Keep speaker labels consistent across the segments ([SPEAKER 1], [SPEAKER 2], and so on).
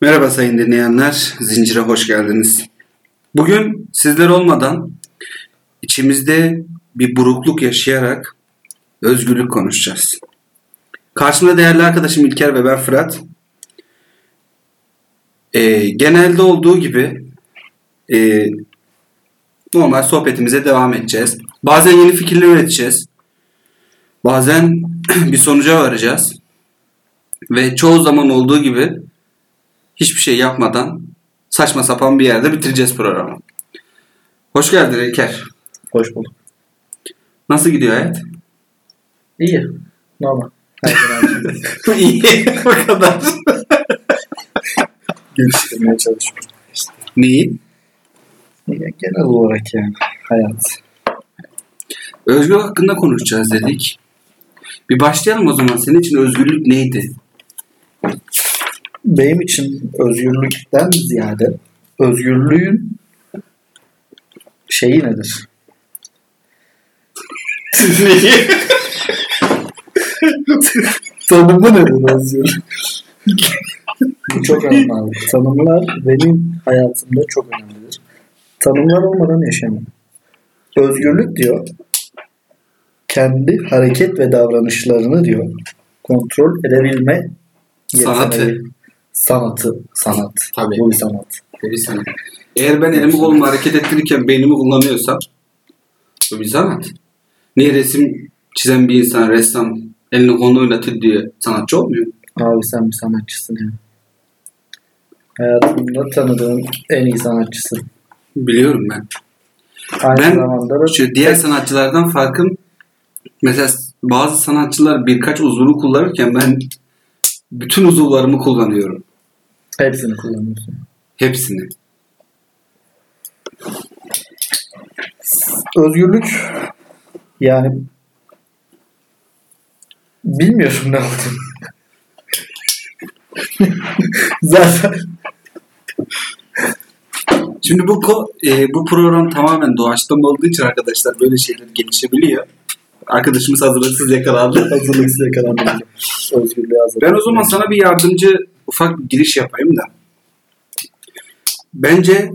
[SPEAKER 1] Merhaba sayın dinleyenler, Zincir'e hoş geldiniz. Bugün sizler olmadan içimizde bir burukluk yaşayarak özgürlük konuşacağız. Karşımda değerli arkadaşım İlker ve ben Fırat. Ee, genelde olduğu gibi e, normal sohbetimize devam edeceğiz. Bazen yeni fikirler üreteceğiz. Bazen bir sonuca varacağız. Ve çoğu zaman olduğu gibi hiçbir şey yapmadan saçma sapan bir yerde bitireceğiz programı. Hoş geldin İlker.
[SPEAKER 2] Hoş bulduk.
[SPEAKER 1] Nasıl gidiyor hayat?
[SPEAKER 2] İyi. Normal. Her şey zaman
[SPEAKER 1] İyi. o kadar.
[SPEAKER 2] geliştirmeye çalışıyorum.
[SPEAKER 1] Neyi?
[SPEAKER 2] İyi, genel olarak yani hayat.
[SPEAKER 1] Özgürlük hakkında konuşacağız dedik. Bir başlayalım o zaman. Senin için özgürlük neydi?
[SPEAKER 2] Benim için özgürlükten ziyade özgürlüğün şeyi nedir?
[SPEAKER 1] Neyi?
[SPEAKER 2] Tanımı nedir özgürlük? Bu çok önemli. Tanımlar benim hayatımda çok önemlidir. Tanımlar olmadan yaşamam. Özgürlük diyor. Kendi hareket ve davranışlarını diyor. Kontrol edebilme yeteneği.
[SPEAKER 1] Sanatı.
[SPEAKER 2] Sanatı. Sanat.
[SPEAKER 1] Tabii.
[SPEAKER 2] Bu bir sanat.
[SPEAKER 1] Verirsen. E, Eğer ben elimi kolumu hareket ettirirken beynimi kullanıyorsam bu bir sanat. Niye resim çizen bir insan, ressam elini kolunu oynatır diye sanatçı olmuyor?
[SPEAKER 2] Abi sen bir sanatçısın ya. Hayatımda tanıdığım en iyi sanatçısın.
[SPEAKER 1] Biliyorum ben.
[SPEAKER 2] Aynı
[SPEAKER 1] Ben şey-
[SPEAKER 2] zamanda da
[SPEAKER 1] Şu diğer sanatçılardan farkım mesela bazı sanatçılar birkaç uzvunu kullanırken ben bütün uzuvlarımı kullanıyorum.
[SPEAKER 2] hepsini kullanıyorsun.
[SPEAKER 1] Hepsini.
[SPEAKER 2] özgürlük yani bilmiyorum ne oldu. Zaten
[SPEAKER 1] Şimdi bu ko- e, bu program tamamen doğaçlama olduğu için arkadaşlar böyle şeyler gelişebiliyor. Arkadaşımız hazırlıksız yakalandı.
[SPEAKER 2] hazırlıksız yakalandım. Özgürlüğe hazırlık.
[SPEAKER 1] Ben o zaman sana bir yardımcı ufak bir giriş yapayım da. Bence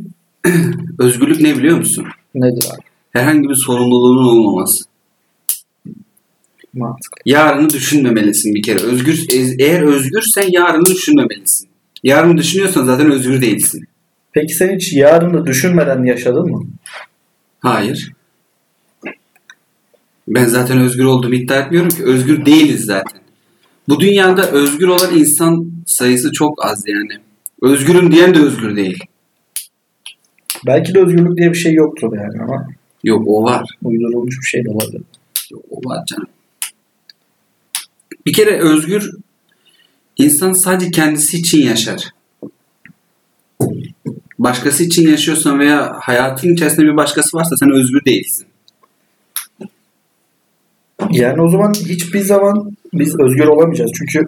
[SPEAKER 1] özgürlük ne biliyor musun?
[SPEAKER 2] Nedir abi?
[SPEAKER 1] Herhangi bir sorumluluğunun olmaması.
[SPEAKER 2] Mantıklı.
[SPEAKER 1] yarını düşünmemelisin bir kere. Özgür e- eğer özgürsen yarını düşünmemelisin. Yarını düşünüyorsan zaten özgür değilsin.
[SPEAKER 2] Peki sen hiç yarını düşünmeden yaşadın mı?
[SPEAKER 1] Hayır. Ben zaten özgür olduğumu iddia etmiyorum ki. Özgür değiliz zaten. Bu dünyada özgür olan insan sayısı çok az yani. Özgürüm diyen de özgür değil.
[SPEAKER 2] Belki de özgürlük diye bir şey yoktur yani ama
[SPEAKER 1] Yok o var.
[SPEAKER 2] uydurulmuş bir şey de olabilir.
[SPEAKER 1] Yok, o var canım. Bir kere özgür insan sadece kendisi için yaşar. Başkası için yaşıyorsan veya hayatın içerisinde bir başkası varsa sen özgür değilsin.
[SPEAKER 2] Yani o zaman hiçbir zaman biz özgür olamayacağız. Çünkü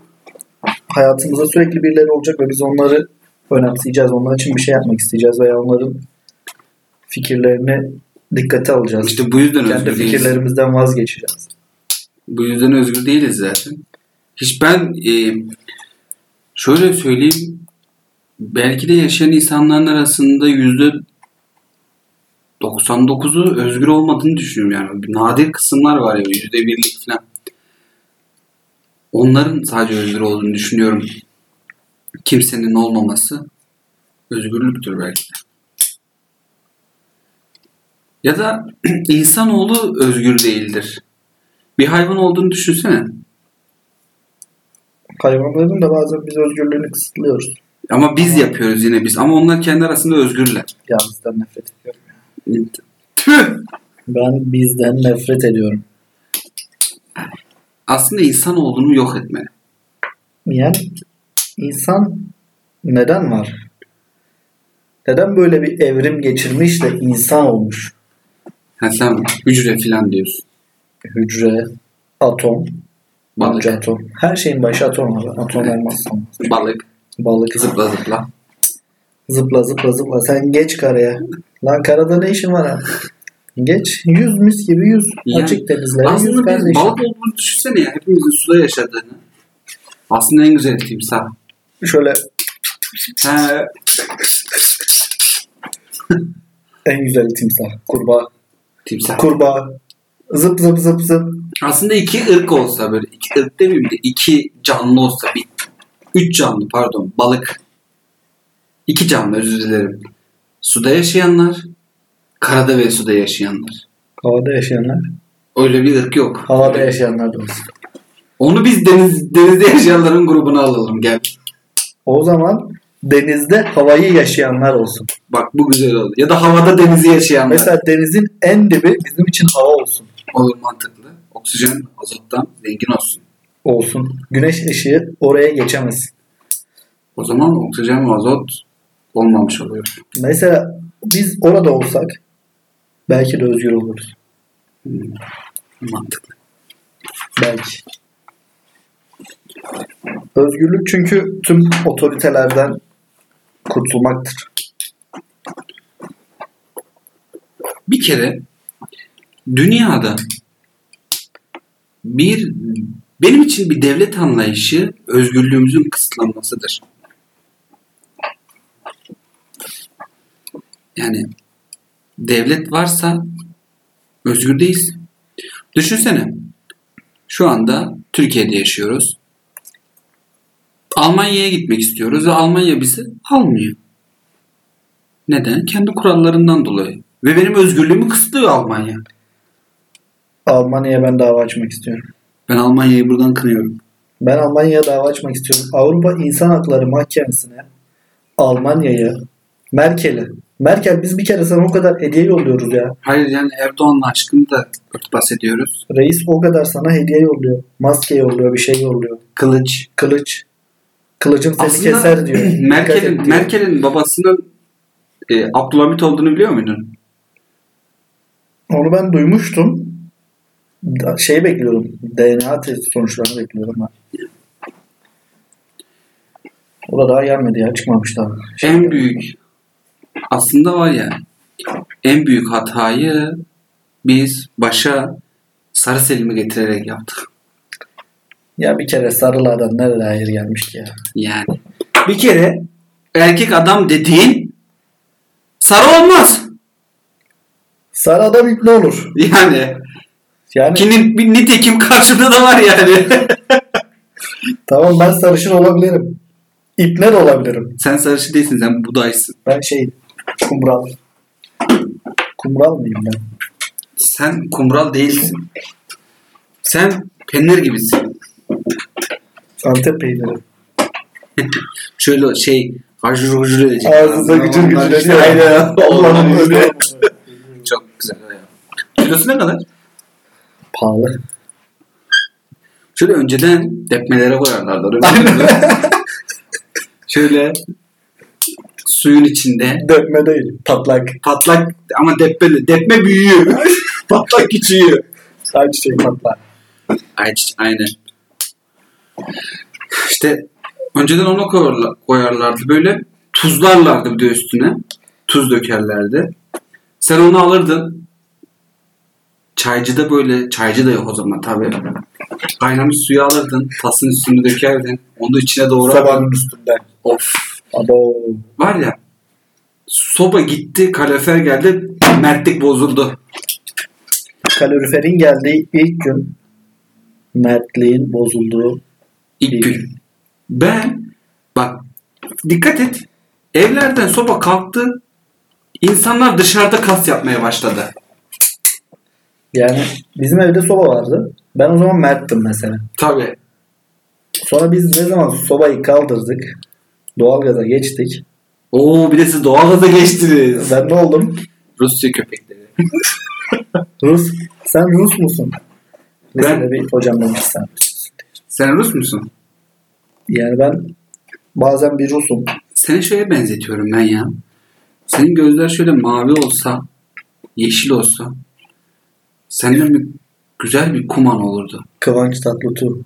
[SPEAKER 2] hayatımızda sürekli birileri olacak ve biz onları önemseyeceğiz. Onlar için bir şey yapmak isteyeceğiz veya onların fikirlerini dikkate alacağız.
[SPEAKER 1] İşte bu yüzden
[SPEAKER 2] Kendi
[SPEAKER 1] özgür değiliz.
[SPEAKER 2] fikirlerimizden vazgeçeceğiz.
[SPEAKER 1] Bu yüzden özgür değiliz zaten. Hiç ben e, şöyle söyleyeyim. Belki de yaşayan insanların arasında yüzde 99'u özgür olmadığını düşünüyorum yani. Nadir kısımlar var ya yüzde birlik falan. Onların sadece özgür olduğunu düşünüyorum. Kimsenin olmaması özgürlüktür belki de. Ya da insanoğlu özgür değildir. Bir hayvan olduğunu düşünsene.
[SPEAKER 2] Hayvanların da bazen biz özgürlüğünü kısıtlıyoruz.
[SPEAKER 1] Ama biz yapıyoruz yine biz. Ama onlar kendi arasında özgürler.
[SPEAKER 2] Ya bizden nefret ediyorum. Ben bizden nefret ediyorum.
[SPEAKER 1] Aslında insan olduğunu yok etmeli.
[SPEAKER 2] Yani insan neden var? Neden böyle bir evrim geçirmiş de insan olmuş?
[SPEAKER 1] Ha sen hücre filan diyorsun.
[SPEAKER 2] hücre, atom,
[SPEAKER 1] Balık.
[SPEAKER 2] önce atom. Her şeyin başı atom abi. Atom olmazsa olmaz.
[SPEAKER 1] Balık.
[SPEAKER 2] Balık.
[SPEAKER 1] Zıpla zıpla.
[SPEAKER 2] Zıpla zıpla zıpla. Sen geç karaya. Lan karada ne işin var abi? Geç. Yüz mis gibi yüz.
[SPEAKER 1] Yani
[SPEAKER 2] Açık denizlere yüz
[SPEAKER 1] Aslında biz
[SPEAKER 2] kardeşim.
[SPEAKER 1] balık olduğunu düşünsene ya. Hepimizin suda yaşadığını. Aslında en güzel timsah.
[SPEAKER 2] Şöyle
[SPEAKER 1] Ha,
[SPEAKER 2] En güzel timsah. Kurbağa.
[SPEAKER 1] timsah.
[SPEAKER 2] Kurbağa. Zıp zıp zıp zıp.
[SPEAKER 1] Aslında iki ırk olsa böyle iki ırk demeyeyim de iki canlı olsa bir üç canlı pardon balık iki canlı özür dilerim. Suda yaşayanlar karada ve suda yaşayanlar.
[SPEAKER 2] Havada yaşayanlar.
[SPEAKER 1] Öyle bir ırk yok.
[SPEAKER 2] Havada yaşayanlar da olsun.
[SPEAKER 1] Onu biz deniz, denizde yaşayanların grubuna alalım gel.
[SPEAKER 2] O zaman denizde havayı yaşayanlar olsun.
[SPEAKER 1] Bak bu güzel oldu. Ya da havada denizi yaşayanlar.
[SPEAKER 2] Mesela denizin en dibi bizim için hava olsun.
[SPEAKER 1] Olur mantıklı. Oksijen azottan zengin olsun.
[SPEAKER 2] Olsun. Güneş ışığı oraya geçemez.
[SPEAKER 1] O zaman oksijen ve azot olmamış oluyor.
[SPEAKER 2] Mesela biz orada olsak belki de özgür oluruz.
[SPEAKER 1] Mantıklı.
[SPEAKER 2] Belki. Özgürlük çünkü tüm otoritelerden kurtulmaktır.
[SPEAKER 1] Bir kere dünyada bir benim için bir devlet anlayışı özgürlüğümüzün kısıtlanmasıdır. Yani devlet varsa özgür değiliz. Düşünsene. Şu anda Türkiye'de yaşıyoruz. Almanya'ya gitmek istiyoruz ve Almanya bizi almıyor. Neden? Kendi kurallarından dolayı. Ve benim özgürlüğümü kısıtlıyor Almanya.
[SPEAKER 2] Almanya'ya ben dava açmak istiyorum.
[SPEAKER 1] Ben Almanya'yı buradan kınıyorum.
[SPEAKER 2] Ben Almanya'ya dava açmak istiyorum. Avrupa İnsan Hakları Mahkemesi'ne Almanya'ya Merkel'e Merkel biz bir kere sana o kadar hediye yolluyoruz ya.
[SPEAKER 1] Hayır yani Erdoğan'la aşkını da örtbas ediyoruz.
[SPEAKER 2] Reis o kadar sana hediye yolluyor. Maske yolluyor, bir şey yolluyor.
[SPEAKER 1] Kılıç.
[SPEAKER 2] Kılıç. Kılıcım seni
[SPEAKER 1] Aslında
[SPEAKER 2] keser diyor. Dikkat et diyor.
[SPEAKER 1] Merkel'in Merkel'in babasının e, Abdülhamit olduğunu biliyor muydun?
[SPEAKER 2] Onu ben duymuştum. Da- Şey bekliyorum. DNA testi sonuçlarını bekliyorum ben. O da daha gelmedi ya. Çıkmamış daha. Şey-
[SPEAKER 1] En büyük aslında var ya en büyük hatayı biz başa sarı selimi getirerek yaptık.
[SPEAKER 2] Ya bir kere sarılardan nerede hayır gelmiş ki ya.
[SPEAKER 1] Yani bir kere erkek adam dediğin sarı olmaz.
[SPEAKER 2] Sarı adam ipne olur.
[SPEAKER 1] Yani
[SPEAKER 2] Yani
[SPEAKER 1] Kinin bir nitekim karşılığı da var yani.
[SPEAKER 2] tamam ben sarışın olabilirim. İpne de olabilirim.
[SPEAKER 1] sen sarışın değilsin sen budaysın.
[SPEAKER 2] Ben şey kumral. Kumral mıyım ben?
[SPEAKER 1] Sen kumral değilsin. Sen peynir gibisin.
[SPEAKER 2] Antep peyniri.
[SPEAKER 1] Şöyle şey hacır hacır edecek.
[SPEAKER 2] Ağzında gücür
[SPEAKER 1] Onlar
[SPEAKER 2] gücür
[SPEAKER 1] işte
[SPEAKER 2] ediyor.
[SPEAKER 1] Aynen.
[SPEAKER 2] Allah'ım öyle.
[SPEAKER 1] Çok güzel. ya. Kilosu ne kadar?
[SPEAKER 2] Pahalı.
[SPEAKER 1] Şöyle önceden depmelere koyarlardı. öyle bir şey. Şöyle suyun içinde
[SPEAKER 2] Dökme değil. Patlak.
[SPEAKER 1] patlak ama depme, depme büyüyor. patlak küçüğü.
[SPEAKER 2] Ayçiçeği şey, patlak.
[SPEAKER 1] Ayç, aynen. İşte önceden ona koyarla- koyarlardı böyle. Tuzlarlardı bir de üstüne. Tuz dökerlerdi. Sen onu alırdın. Çaycıda böyle, çaycı da yok o zaman tabii. Kaynamış suyu alırdın, tasın üstünü dökerdin. Onu içine doğradın.
[SPEAKER 2] Sabahın üstünden.
[SPEAKER 1] Of.
[SPEAKER 2] Abo.
[SPEAKER 1] Var ya, soba gitti, kalorifer geldi, mertlik bozuldu.
[SPEAKER 2] Kaloriferin geldiği ilk gün mertliğin bozulduğu
[SPEAKER 1] İlk gün. Ben bak dikkat et. Evlerden soba kalktı. İnsanlar dışarıda kas yapmaya başladı.
[SPEAKER 2] yani bizim evde soba vardı. Ben o zaman merttim mesela.
[SPEAKER 1] Tabii.
[SPEAKER 2] Sonra biz ne zaman sobayı kaldırdık. Doğalgaza geçtik.
[SPEAKER 1] Oo bir de siz doğalgaza geçtiniz.
[SPEAKER 2] Ben ne oldum?
[SPEAKER 1] Rusya köpekleri.
[SPEAKER 2] Rus. Sen Rus musun? Lisede
[SPEAKER 1] Ben-
[SPEAKER 2] bir hocam demiş sen.
[SPEAKER 1] Sen Rus musun?
[SPEAKER 2] Yani ben bazen bir Rusum.
[SPEAKER 1] Seni şöyle benzetiyorum ben ya. Senin gözler şöyle mavi olsa, yeşil olsa senden bir güzel bir kuman olurdu.
[SPEAKER 2] Kıvanç Tatlıtuğ.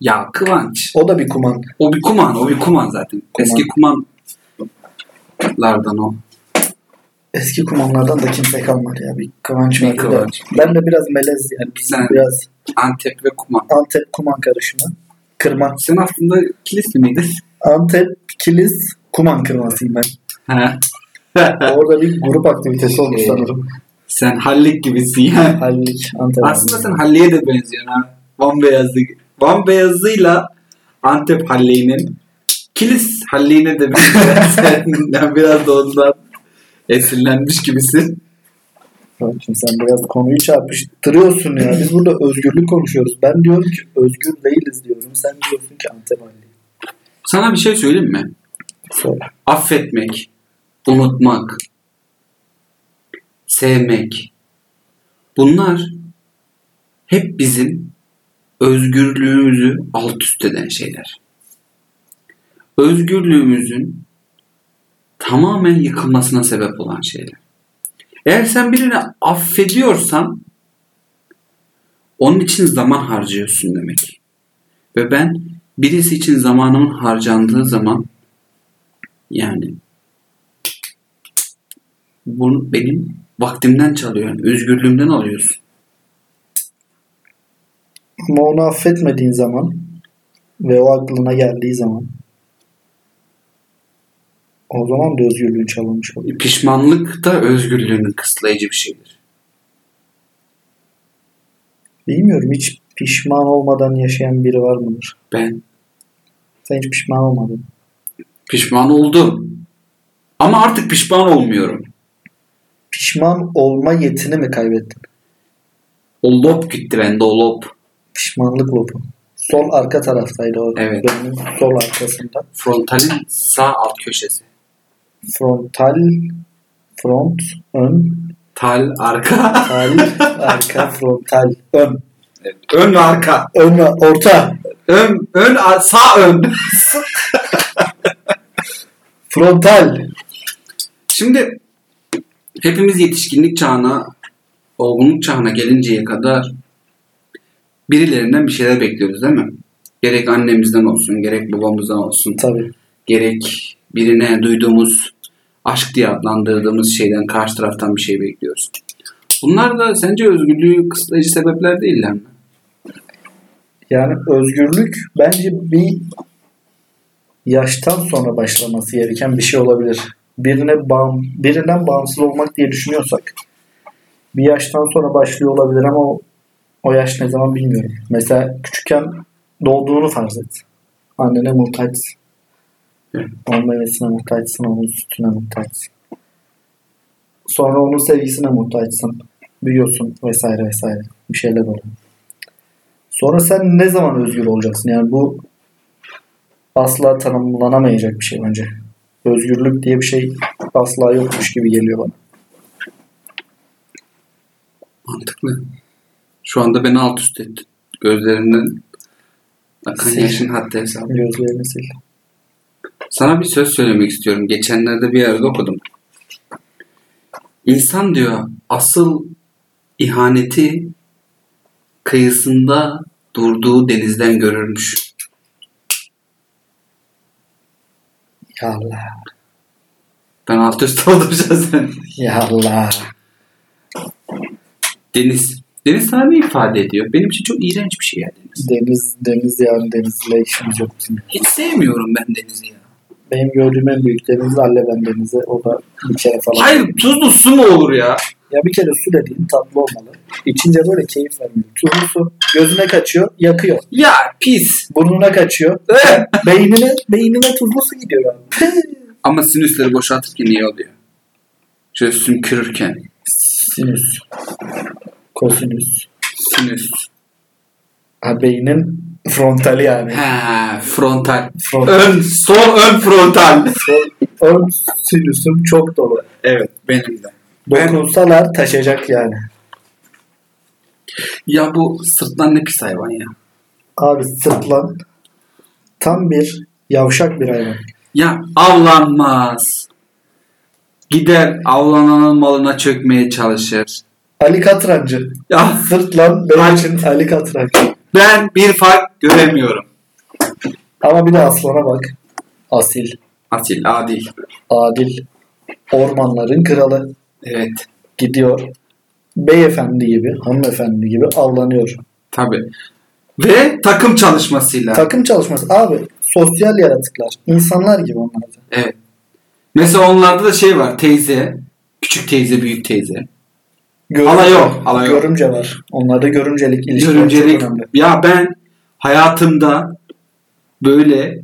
[SPEAKER 1] Ya Kıvanç.
[SPEAKER 2] O da bir kuman.
[SPEAKER 1] O bir kuman, o bir kuman zaten.
[SPEAKER 2] Kuman.
[SPEAKER 1] Eski kumanlardan o.
[SPEAKER 2] Eski kumanlardan da kimse kalmadı ya. Bir Kıvanç
[SPEAKER 1] Bir
[SPEAKER 2] vardı da.
[SPEAKER 1] Kıvanç.
[SPEAKER 2] Ben de biraz melez yani.
[SPEAKER 1] Sen-
[SPEAKER 2] Biraz
[SPEAKER 1] Antep ve kuman.
[SPEAKER 2] Antep kuman karışımı. Kırma.
[SPEAKER 1] Sen aslında kilisli miydin?
[SPEAKER 2] Antep Kilis Kuman kırmasıyım ben.
[SPEAKER 1] Ha.
[SPEAKER 2] Orada bir grup aktivitesi olmuş
[SPEAKER 1] Ee,
[SPEAKER 2] sanırım.
[SPEAKER 1] Sen hallik gibisin ya.
[SPEAKER 2] Hallik Antalya.
[SPEAKER 1] Aslında sen halliye de benziyorsun ha. Van beyazlı. Van beyazıyla Antep halliğinin Kilis halliğine de benziyor. Senden biraz da ondan esinlenmiş gibisin.
[SPEAKER 2] Bak Şimdi sen biraz konuyu çarpıştırıyorsun ya. Biz burada özgürlük konuşuyoruz. Ben diyorum ki özgür değiliz diyorum. Sen diyorsun ki Antep halli.
[SPEAKER 1] Sana bir şey söyleyeyim mi?
[SPEAKER 2] Söyle.
[SPEAKER 1] affetmek, unutmak, sevmek. Bunlar hep bizim özgürlüğümüzü alt üst eden şeyler. Özgürlüğümüzün tamamen yıkılmasına sebep olan şeyler. Eğer sen birini affediyorsan onun için zaman harcıyorsun demek. Ve ben birisi için zamanımın harcandığı zaman yani bunu benim vaktimden çalıyor. Yani özgürlüğümden alıyorsun.
[SPEAKER 2] Ama onu affetmediğin zaman ve o aklına geldiği zaman o zaman da özgürlüğün çalınmış oluyor.
[SPEAKER 1] Pişmanlık da özgürlüğünün kısıtlayıcı bir şeydir.
[SPEAKER 2] Bilmiyorum hiç pişman olmadan yaşayan biri var mıdır?
[SPEAKER 1] Ben
[SPEAKER 2] Sen hiç pişman olmadın.
[SPEAKER 1] pişman oldum. Ama artık pişman olmuyorum.
[SPEAKER 2] Pişman olma yetini mi kaybettin?
[SPEAKER 1] O lop gitti bende o lop.
[SPEAKER 2] Pişmanlık lobu. Sol arka taraftaydı o.
[SPEAKER 1] Evet.
[SPEAKER 2] Beynin sol arkasında.
[SPEAKER 1] Frontalin sağ alt köşesi.
[SPEAKER 2] Frontal, front, ön,
[SPEAKER 1] Tal arka.
[SPEAKER 2] tal, arka, frontal, ön.
[SPEAKER 1] ön ve arka.
[SPEAKER 2] Ön, ve orta.
[SPEAKER 1] Ön, ön ar- sağ ön.
[SPEAKER 2] Frontal.
[SPEAKER 1] Şimdi hepimiz yetişkinlik çağına, olgunluk çağına gelinceye kadar birilerinden bir şeyler bekliyoruz değil mi? Gerek annemizden olsun, gerek babamızdan olsun,
[SPEAKER 2] Tabii.
[SPEAKER 1] gerek birine duyduğumuz aşk diye adlandırdığımız şeyden karşı taraftan bir şey bekliyoruz. Bunlar da sence özgürlüğü kısıtlayıcı sebepler değiller mi?
[SPEAKER 2] Yani özgürlük bence bir yaştan sonra başlaması gereken bir şey olabilir. Birine bağım, birinden bağımsız olmak diye düşünüyorsak bir yaştan sonra başlıyor olabilir ama o, o yaş ne zaman bilmiyorum. Mesela küçükken doğduğunu farz et. Annene muhtaçsın.
[SPEAKER 1] Evet.
[SPEAKER 2] Onun memesine muhtaçsın, onun sütüne muhtaçsın. Sonra onun sevgisine muhtaçsın. Büyüyorsun vesaire vesaire. Bir şeyler oluyor. Sonra sen ne zaman özgür olacaksın? Yani bu asla tanımlanamayacak bir şey bence. Özgürlük diye bir şey asla yokmuş gibi geliyor bana.
[SPEAKER 1] Mantıklı. Şu anda beni alt üst ettin. Gözlerinden akan
[SPEAKER 2] Sil.
[SPEAKER 1] yaşın hatta hesabı.
[SPEAKER 2] Gözlerini sil.
[SPEAKER 1] Sana bir söz söylemek istiyorum. Geçenlerde bir yerde okudum. İnsan diyor asıl ihaneti kıyısında durduğu denizden görürmüş.
[SPEAKER 2] Ya Allah.
[SPEAKER 1] Ben alt üst oldum şahsen.
[SPEAKER 2] Ya Allah.
[SPEAKER 1] Deniz. Deniz sana ne ifade ediyor? Benim için çok iğrenç bir şey ya deniz.
[SPEAKER 2] Deniz, deniz yani denizle işimiz yok bizim.
[SPEAKER 1] Hiç sevmiyorum ben denizi ya.
[SPEAKER 2] Benim gördüğüm en büyük deniz Alleben Denizi. O da bir kere falan.
[SPEAKER 1] Hayır tuzlu su mu olur ya?
[SPEAKER 2] Ya bir kere su dediğin tatlı olmalı. İçince böyle keyif vermiyor. Tuzlu su gözüne kaçıyor, yakıyor.
[SPEAKER 1] Ya pis.
[SPEAKER 2] Burnuna kaçıyor.
[SPEAKER 1] Eh!
[SPEAKER 2] beynine, beynine tuzlu su gidiyor abi.
[SPEAKER 1] Ama sinüsleri boşaltırken iyi oluyor. Şöyle sümkürürken.
[SPEAKER 2] Sinüs. Kosinüs.
[SPEAKER 1] Sinüs.
[SPEAKER 2] Ha beynin frontali yani.
[SPEAKER 1] He, frontal.
[SPEAKER 2] Frontal.
[SPEAKER 1] Ön, sol ön frontal.
[SPEAKER 2] Ön sinüsüm çok dolu.
[SPEAKER 1] Evet benim de.
[SPEAKER 2] Dokunsalar taşacak yani.
[SPEAKER 1] Ya bu sırtlan ne pis hayvan ya.
[SPEAKER 2] Abi sırtlan tam bir yavşak bir hayvan.
[SPEAKER 1] Ya avlanmaz. Gider avlananın malına çökmeye çalışır.
[SPEAKER 2] Ali Katrancı.
[SPEAKER 1] Ya
[SPEAKER 2] Sırtlan benim için Ali Katrancı.
[SPEAKER 1] ben bir fark göremiyorum.
[SPEAKER 2] Ama bir de aslana bak. Asil,
[SPEAKER 1] Asil, adil.
[SPEAKER 2] adil, ormanların kralı
[SPEAKER 1] Evet.
[SPEAKER 2] gidiyor. Beyefendi gibi, hanımefendi gibi avlanıyor.
[SPEAKER 1] Tabi. Ve takım çalışmasıyla.
[SPEAKER 2] Takım çalışması. Abi sosyal yaratıklar. İnsanlar gibi onlar da.
[SPEAKER 1] evet. Mesela onlarda da şey var. Teyze. Küçük teyze, büyük teyze.
[SPEAKER 2] Görümce,
[SPEAKER 1] Alay yok, alay yok.
[SPEAKER 2] Görümce var. Onlarda görümcelik ilişkiler
[SPEAKER 1] Görümcelik.
[SPEAKER 2] çok önemli.
[SPEAKER 1] Ya ben hayatımda böyle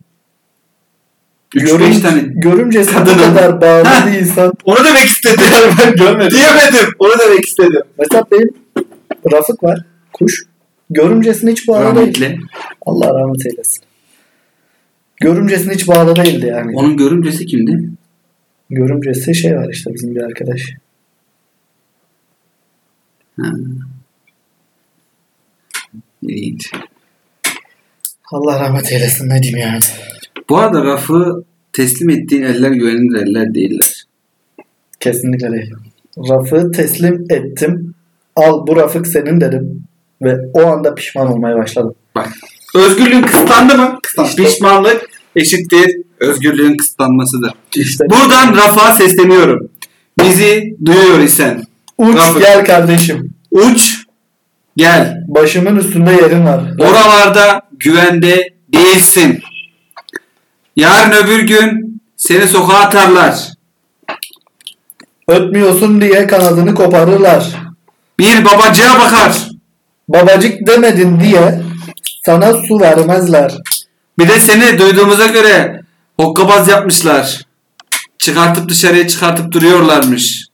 [SPEAKER 1] 3-5
[SPEAKER 2] Görüm,
[SPEAKER 1] tane
[SPEAKER 2] görümcesi bu
[SPEAKER 1] kadının-
[SPEAKER 2] kadar
[SPEAKER 1] Ha!
[SPEAKER 2] bağlı bir insan.
[SPEAKER 1] Onu demek istedim. ben görmedim. Diyemedim. Onu demek istedim.
[SPEAKER 2] Mesela benim Rafık var. Kuş. Görümcesini hiç bağlı değil.
[SPEAKER 1] Rahmetli.
[SPEAKER 2] Allah rahmet eylesin. Görümcesini hiç bağlı değildi yani.
[SPEAKER 1] Onun görümcesi kimdi?
[SPEAKER 2] Görümcesi şey var işte bizim bir arkadaş.
[SPEAKER 1] Ha. İlginç.
[SPEAKER 2] Allah rahmet eylesin ne diyeyim yani.
[SPEAKER 1] Bu arada rafı teslim ettiğin eller güvenilir eller değiller.
[SPEAKER 2] Kesinlikle değil. Rafı teslim ettim. Al bu Rafık senin dedim. Ve o anda pişman olmaya başladım.
[SPEAKER 1] Bak. Özgürlüğün kısıtlandı mı?
[SPEAKER 2] Kısıtlandı.
[SPEAKER 1] Pişmanlık eşittir özgürlüğün kısıtlanmasıdır.
[SPEAKER 2] İşte
[SPEAKER 1] Buradan Rafa sesleniyorum. Bizi duyuyor isen
[SPEAKER 2] uç
[SPEAKER 1] Rafık.
[SPEAKER 2] gel kardeşim.
[SPEAKER 1] uç gel.
[SPEAKER 2] Başımın üstünde yerin var.
[SPEAKER 1] Oralarda güvende değilsin. Yarın öbür gün seni sokağa atarlar.
[SPEAKER 2] Ötmüyorsun diye kanadını koparırlar.
[SPEAKER 1] Bir babacığa bakar.
[SPEAKER 2] Babacık demedin diye sana su vermezler.
[SPEAKER 1] Bir de seni duyduğumuza göre hokkabaz yapmışlar. Çıkartıp dışarıya çıkartıp duruyorlarmış.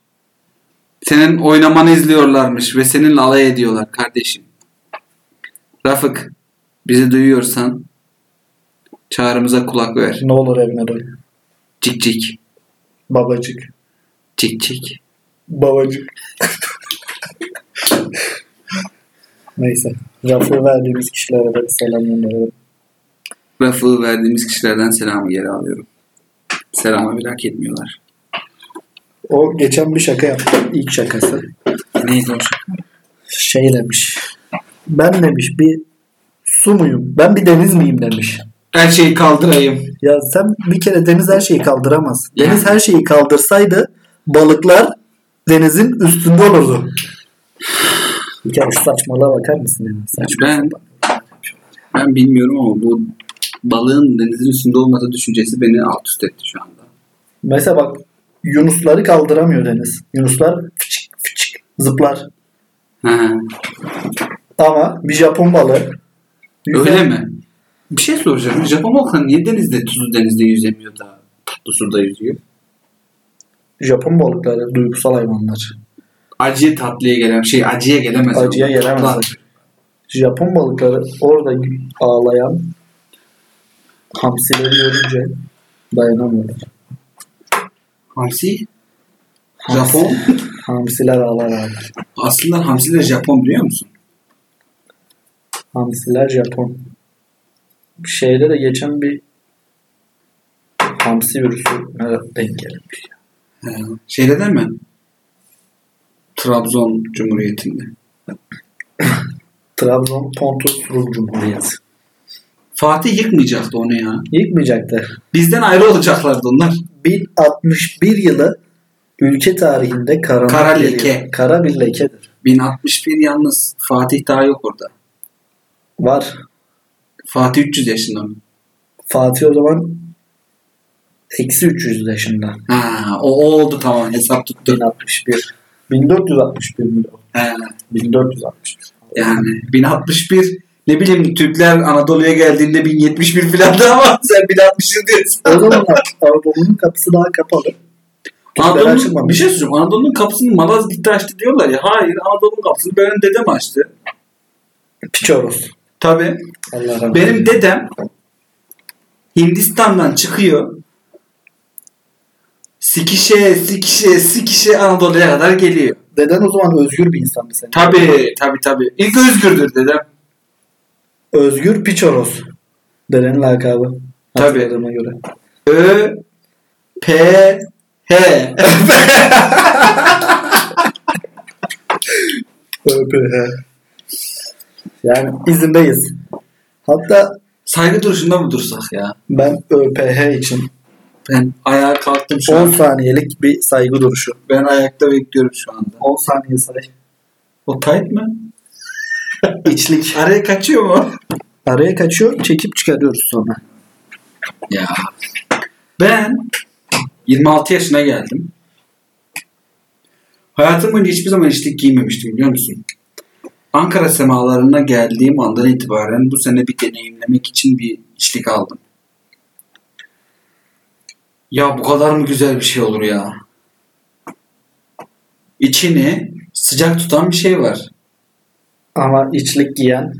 [SPEAKER 1] Senin oynamanı izliyorlarmış ve seninle alay ediyorlar kardeşim. Rafık bizi duyuyorsan çağrımıza kulak ver.
[SPEAKER 2] Ne olur evine dön.
[SPEAKER 1] Cik cik
[SPEAKER 2] Babacık.
[SPEAKER 1] cik cik.
[SPEAKER 2] Babacık. Neyse. Rafı verdiğimiz kişilere de bir selam gönderiyorum.
[SPEAKER 1] Rafık'ı verdiğimiz kişilerden selamı geri alıyorum. Selamı bile hak etmiyorlar.
[SPEAKER 2] O geçen bir şaka yaptı. İlk şakası.
[SPEAKER 1] Neydi o şaka?
[SPEAKER 2] Şey demiş. Ben demiş bir su muyum? Ben bir deniz miyim demiş.
[SPEAKER 1] Her şeyi kaldırayım.
[SPEAKER 2] Ya sen bir kere deniz her şeyi kaldıramaz.
[SPEAKER 1] Yani.
[SPEAKER 2] Deniz her şeyi kaldırsaydı balıklar denizin üstünde olurdu. Ya şu saçmalığa bakar mısın? ya? Saçma.
[SPEAKER 1] Ben ben bilmiyorum ama bu balığın denizin üstünde olması düşüncesi beni alt üst etti şu anda.
[SPEAKER 2] Mesela bak yunusları kaldıramıyor deniz. Yunuslar fıçık fıçık zıplar.
[SPEAKER 1] Ha,
[SPEAKER 2] Ama bir Japon balığı
[SPEAKER 1] öyle mi? Bir şey soracağım. Japon balıkları niye denizde tuzlu denizde yüzemiyor da tatlı suda yüzüyor?
[SPEAKER 2] Japon balıkları duygusal hayvanlar.
[SPEAKER 1] Acıya tatlıya gelen şey acıya gelemez.
[SPEAKER 2] Acıya gelemez.
[SPEAKER 1] Tatlı.
[SPEAKER 2] Japon balıkları orada ağlayan hamsileri görünce dayanamıyorlar.
[SPEAKER 1] Hamsi
[SPEAKER 2] Hamsi-
[SPEAKER 1] Japon.
[SPEAKER 2] Hamsiler ağlar abi.
[SPEAKER 1] Aslında hamsiler Japon biliyor musun?
[SPEAKER 2] Hamsiler Japon. Şeyde de geçen bir hamsi virüsü evet, denk gelmiş.
[SPEAKER 1] He. Şeyde değil mi? Trabzon Cumhuriyeti'nde.
[SPEAKER 2] Trabzon Pontus Rum Cumhuriyeti.
[SPEAKER 1] Fatih yıkmayacaktı onu ya.
[SPEAKER 2] Yıkmayacaktı.
[SPEAKER 1] Bizden ayrı olacaklardı onlar.
[SPEAKER 2] 1061 yılı ülke tarihinde karanlık
[SPEAKER 1] Kara
[SPEAKER 2] bir-
[SPEAKER 1] leke.
[SPEAKER 2] Kara bir lekedir.
[SPEAKER 1] 1061 yalnız Fatih daha yok orada.
[SPEAKER 2] Var.
[SPEAKER 1] Fatih 300 yaşında mı?
[SPEAKER 2] Fatih o zaman eksi 300 yaşında.
[SPEAKER 1] Ha, o, o oldu tamam hesap tuttu.
[SPEAKER 2] 1061. 1461 mi?
[SPEAKER 1] He,
[SPEAKER 2] 1461.
[SPEAKER 1] yani 1061 ne bileyim Türkler Anadolu'ya geldiğinde 1071 filan da ama sen 1060 diyorsun.
[SPEAKER 2] O zamanlar Anadolu'nun kapısı daha kapalı. Türkler
[SPEAKER 1] Anadolu'nun,
[SPEAKER 2] açılmamış.
[SPEAKER 1] bir şey söyleyeceğim. Anadolu'nun kapısını Malazgirt'te açtı diyorlar ya. Hayır Anadolu'nun kapısını benim dedem açtı.
[SPEAKER 2] Piçoros.
[SPEAKER 1] Tabii.
[SPEAKER 2] Allah rahmet
[SPEAKER 1] Benim dedem Hindistan'dan çıkıyor. Sikişe, sikişe, sikişe Anadolu'ya kadar geliyor.
[SPEAKER 2] Deden o zaman özgür bir insandı senin.
[SPEAKER 1] Tabii, tabii, tabii. İlk özgürdür dedem.
[SPEAKER 2] Özgür Piçoros. Dedenin lakabı.
[SPEAKER 1] Tabii.
[SPEAKER 2] Hatırladığıma göre.
[SPEAKER 1] Ö P H
[SPEAKER 2] Yani izindeyiz. Hatta
[SPEAKER 1] Saygı duruşunda mı dursak ya?
[SPEAKER 2] ben ÖPH için
[SPEAKER 1] Ben ayağa kalktım şu
[SPEAKER 2] 10
[SPEAKER 1] an.
[SPEAKER 2] saniyelik bir saygı duruşu.
[SPEAKER 1] Ben ayakta bekliyorum şu anda.
[SPEAKER 2] 10 saniye say.
[SPEAKER 1] O tight mı?
[SPEAKER 2] İçlik.
[SPEAKER 3] Araya kaçıyor mu?
[SPEAKER 2] Araya kaçıyor, çekip çıkarıyoruz sonra.
[SPEAKER 3] Ya. Ben 26 yaşına geldim. Hayatım boyunca hiçbir zaman içlik giymemiştim biliyor musun? Ankara semalarına geldiğim andan itibaren bu sene bir deneyimlemek için bir içlik aldım. Ya bu kadar mı güzel bir şey olur ya? İçini sıcak tutan bir şey var.
[SPEAKER 2] Ama içlik giyen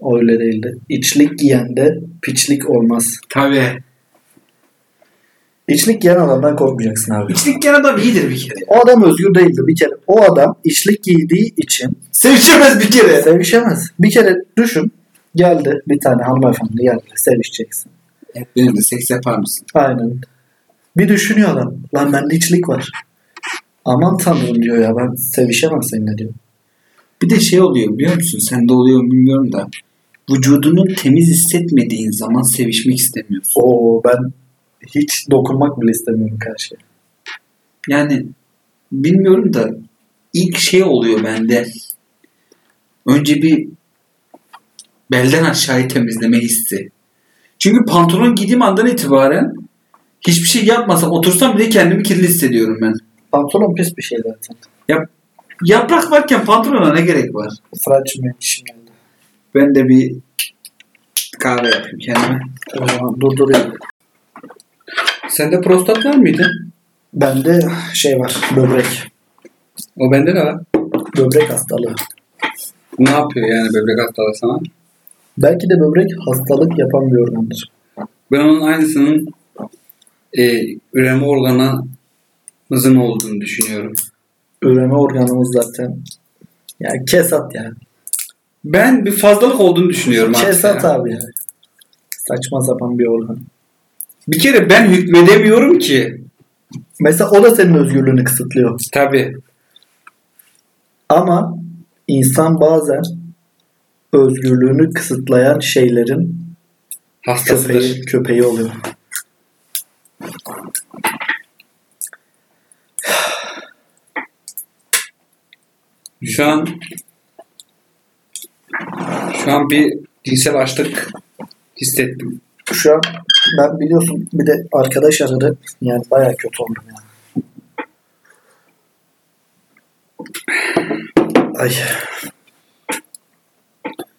[SPEAKER 2] o öyle değildi. İçlik giyen de piçlik olmaz.
[SPEAKER 3] Tabii.
[SPEAKER 2] İçlik giyen adamdan korkmayacaksın abi.
[SPEAKER 3] İçlik gene adam iyidir bir kere.
[SPEAKER 2] O adam özgür değildi bir kere. O adam içlik giydiği için
[SPEAKER 3] Sevişemez bir kere.
[SPEAKER 2] sevişemez. Bir kere düşün geldi bir tane hanımefendi geldi sevişeceksin.
[SPEAKER 3] Evet, benimle seks yapar mısın?
[SPEAKER 2] Aynen. Bir düşünüyor adam. Lan bende içlik var. Aman tanrım diyor ya ben sevişemem seninle diyor.
[SPEAKER 3] Bir de şey oluyor biliyor musun? Sende oluyor mu bilmiyorum da. Vücudunu temiz hissetmediğin zaman sevişmek istemiyorsun.
[SPEAKER 2] Oo ben hiç dokunmak bile istemiyorum karşıya.
[SPEAKER 3] Yani bilmiyorum da ilk şey oluyor bende. Önce bir belden aşağıyı temizleme hissi. Çünkü pantolon giydiğim andan itibaren hiçbir şey yapmasam otursam bile kendimi kirli hissediyorum ben.
[SPEAKER 2] Pantolon pis bir şey zaten.
[SPEAKER 3] Yaprak varken pantolona ne gerek var?
[SPEAKER 2] Fırat'cığım benim işim geldi.
[SPEAKER 3] Ben de bir kahve yapayım kendime.
[SPEAKER 2] O zaman durduruyorum.
[SPEAKER 1] Sende prostat var mıydı?
[SPEAKER 2] Bende şey var böbrek.
[SPEAKER 1] O bende de var.
[SPEAKER 2] Böbrek hastalığı.
[SPEAKER 1] Ne yapıyor yani böbrek hastalığı sana?
[SPEAKER 2] Belki de böbrek hastalık yapan bir organdır.
[SPEAKER 1] Ben onun aynısının e, üreme organımızın olduğunu düşünüyorum.
[SPEAKER 2] Üreme organımız zaten. Yani kesat yani.
[SPEAKER 1] Ben bir fazlalık olduğunu düşünüyorum. artık
[SPEAKER 2] kesat
[SPEAKER 1] ya.
[SPEAKER 2] abi yani. Saçma sapan bir organ.
[SPEAKER 1] Bir kere ben hükmedemiyorum ki.
[SPEAKER 2] Mesela o da senin özgürlüğünü kısıtlıyor.
[SPEAKER 1] Tabii.
[SPEAKER 2] Ama insan bazen özgürlüğünü kısıtlayan şeylerin
[SPEAKER 1] Hastasıdır.
[SPEAKER 2] köpeği, köpeği oluyor.
[SPEAKER 1] Şu an şu an bir cinsel açlık hissettim.
[SPEAKER 2] Şu an ben biliyorsun bir de arkadaş aradı. Yani baya kötü oldum ya. Ay.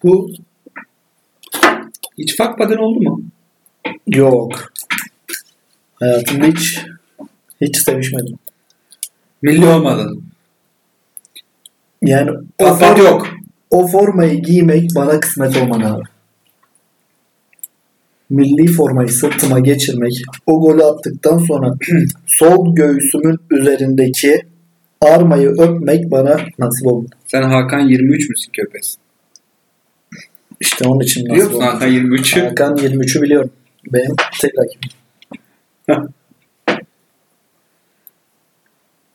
[SPEAKER 1] Bu hiç fark baden oldu mu?
[SPEAKER 2] Yok. Hayatımda hiç hiç sevişmedim.
[SPEAKER 1] Milli olmadın.
[SPEAKER 2] Yani o,
[SPEAKER 1] Patpat
[SPEAKER 2] for-
[SPEAKER 1] yok.
[SPEAKER 2] o formayı giymek bana kısmet olmadı abi. Milli formayı sırtıma geçirmek, o golü attıktan sonra sol göğsümün üzerindeki armayı öpmek bana nasip olmadı.
[SPEAKER 1] Sen Hakan 23 müsün köpes?
[SPEAKER 2] İşte onun için nasip
[SPEAKER 1] Biliyor musun
[SPEAKER 2] olmadı.
[SPEAKER 1] Hakan 23'ü?
[SPEAKER 2] Hakan 23'ü biliyorum. Benim tek rakibim.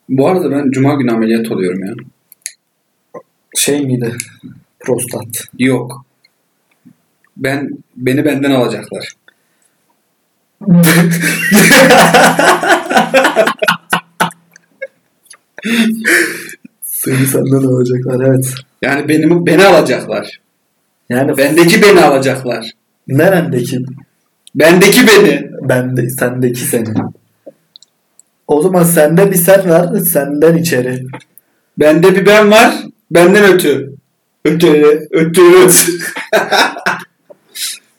[SPEAKER 1] Bu arada ben cuma günü ameliyat oluyorum ya.
[SPEAKER 2] Şey miydi? Prostat.
[SPEAKER 1] Yok. Ben beni benden alacaklar.
[SPEAKER 2] Seni senden alacaklar evet.
[SPEAKER 1] Yani benim beni alacaklar.
[SPEAKER 2] Yani
[SPEAKER 1] Bendeki beni alacaklar.
[SPEAKER 2] nerendeki
[SPEAKER 1] Bendeki beni.
[SPEAKER 2] Ben de, sendeki seni. O zaman sende bir sen var, senden içeri.
[SPEAKER 1] Bende bir ben var. Benden ötü. Ötü, ötü, ötü.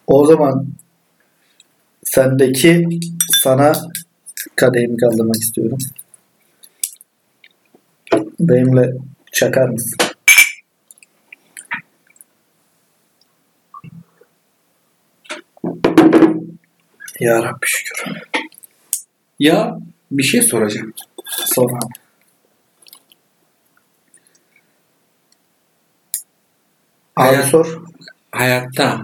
[SPEAKER 2] O zaman sendeki sana kadehimi kaldırmak istiyorum. Benimle çakar mısın? Ya Rabbi şükür.
[SPEAKER 1] Ya bir şey soracağım.
[SPEAKER 2] Sonra abi
[SPEAKER 1] Hayat-
[SPEAKER 2] sor.
[SPEAKER 1] Hayatta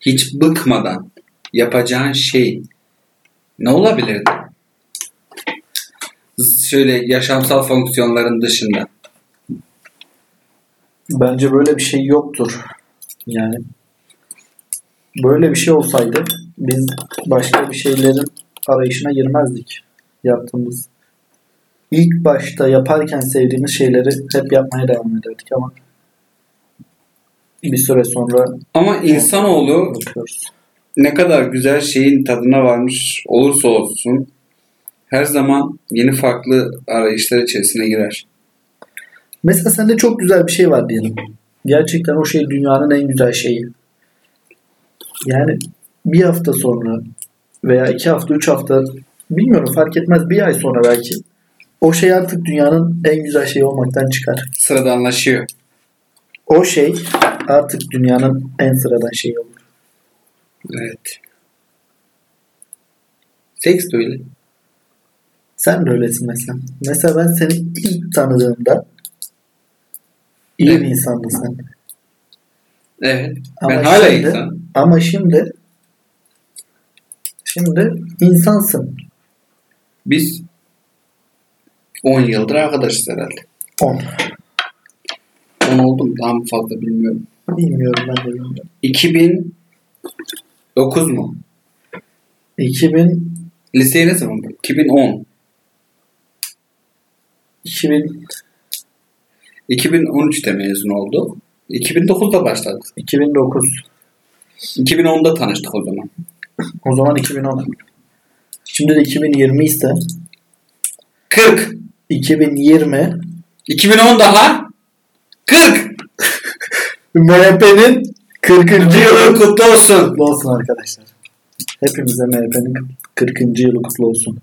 [SPEAKER 1] hiç bıkmadan yapacağın şey ne olabilirdi? Şöyle yaşamsal fonksiyonların dışında.
[SPEAKER 2] Bence böyle bir şey yoktur. Yani böyle bir şey olsaydı biz başka bir şeylerin arayışına girmezdik. Yaptığımız ilk başta yaparken sevdiğimiz şeyleri hep yapmaya devam ederdik ama bir süre sonra
[SPEAKER 1] Ama insanoğlu
[SPEAKER 2] bakıyoruz.
[SPEAKER 1] ne kadar güzel şeyin tadına varmış olursa olsun her zaman yeni farklı arayışlar içerisine girer.
[SPEAKER 2] Mesela sende çok güzel bir şey var diyelim. Gerçekten o şey dünyanın en güzel şeyi. Yani bir hafta sonra veya iki hafta, üç hafta bilmiyorum fark etmez bir ay sonra belki o şey artık dünyanın en güzel şeyi olmaktan çıkar.
[SPEAKER 1] Sıradanlaşıyor.
[SPEAKER 2] O şey artık dünyanın en sıradan şeyi olur.
[SPEAKER 1] Evet. Seks de öyle.
[SPEAKER 2] Sen de öylesin mesela. Mesela ben seni ilk tanıdığımda iyi bir
[SPEAKER 1] Evet.
[SPEAKER 2] insandın sen.
[SPEAKER 1] Evet.
[SPEAKER 2] Ama
[SPEAKER 1] ben hala
[SPEAKER 2] şimdi-
[SPEAKER 1] insan.
[SPEAKER 2] Ama şimdi şimdi insansın.
[SPEAKER 1] Biz 10 yıldır arkadaşız herhalde.
[SPEAKER 2] 10.
[SPEAKER 1] 10 oldum daha mı fazla bilmiyorum.
[SPEAKER 2] Bilmiyorum ben de bilmiyorum.
[SPEAKER 1] 2009 mu?
[SPEAKER 2] 2000,
[SPEAKER 1] Liseye ne zaman? 2010.
[SPEAKER 2] 2000,
[SPEAKER 1] 2013'te mezun olduk. 2009'da başladık.
[SPEAKER 2] 2009.
[SPEAKER 1] 2010'da tanıştık o zaman.
[SPEAKER 2] O zaman 2010. Şimdi de 2020 ise
[SPEAKER 1] 40.
[SPEAKER 2] 2020
[SPEAKER 1] 2010 daha 40.
[SPEAKER 2] MHP'nin 40.
[SPEAKER 1] Yılın
[SPEAKER 2] yılı
[SPEAKER 1] kutlu olsun.
[SPEAKER 2] kutlu olsun arkadaşlar. Hepimize MHP'nin 40. yılı kutlu olsun.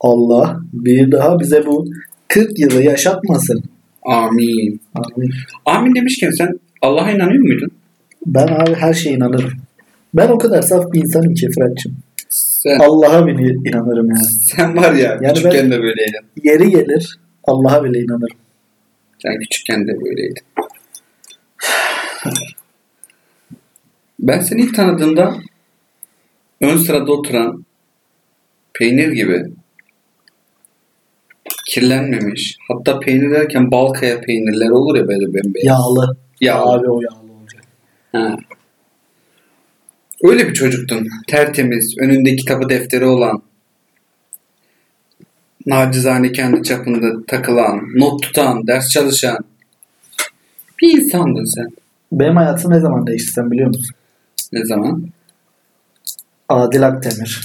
[SPEAKER 2] Allah bir daha bize bu 40 yılı yaşatmasın.
[SPEAKER 1] Amin.
[SPEAKER 2] Amin.
[SPEAKER 1] Amin demişken sen Allah'a inanıyor muydun?
[SPEAKER 2] Ben abi her şeye inanırım. Ben o kadar saf bir insanım ki Fırat'cığım.
[SPEAKER 1] Sen,
[SPEAKER 2] Allah'a bile inanırım yani.
[SPEAKER 1] sen var ya
[SPEAKER 2] ben-
[SPEAKER 1] küçükken de böyleydin.
[SPEAKER 2] Yeri gelir Allah'a bile inanırım.
[SPEAKER 1] Sen küçükken de böyleydin. Ben seni ilk tanıdığımda ön sırada oturan peynir gibi kirlenmemiş. Hatta peynir derken balkaya peynirler olur ya böyle bembeyaz.
[SPEAKER 2] Yağlı.
[SPEAKER 1] Yağlı.
[SPEAKER 2] Abi o yağlı olacak.
[SPEAKER 1] Ha. Öyle bir çocuktun. Tertemiz, önünde kitabı defteri olan, nacizane kendi çapında takılan, not tutan, ders çalışan bir insandın sen.
[SPEAKER 2] Benim hayatım ne zaman değişti sen biliyor musun?
[SPEAKER 1] Ne zaman?
[SPEAKER 2] Adil Akdemir.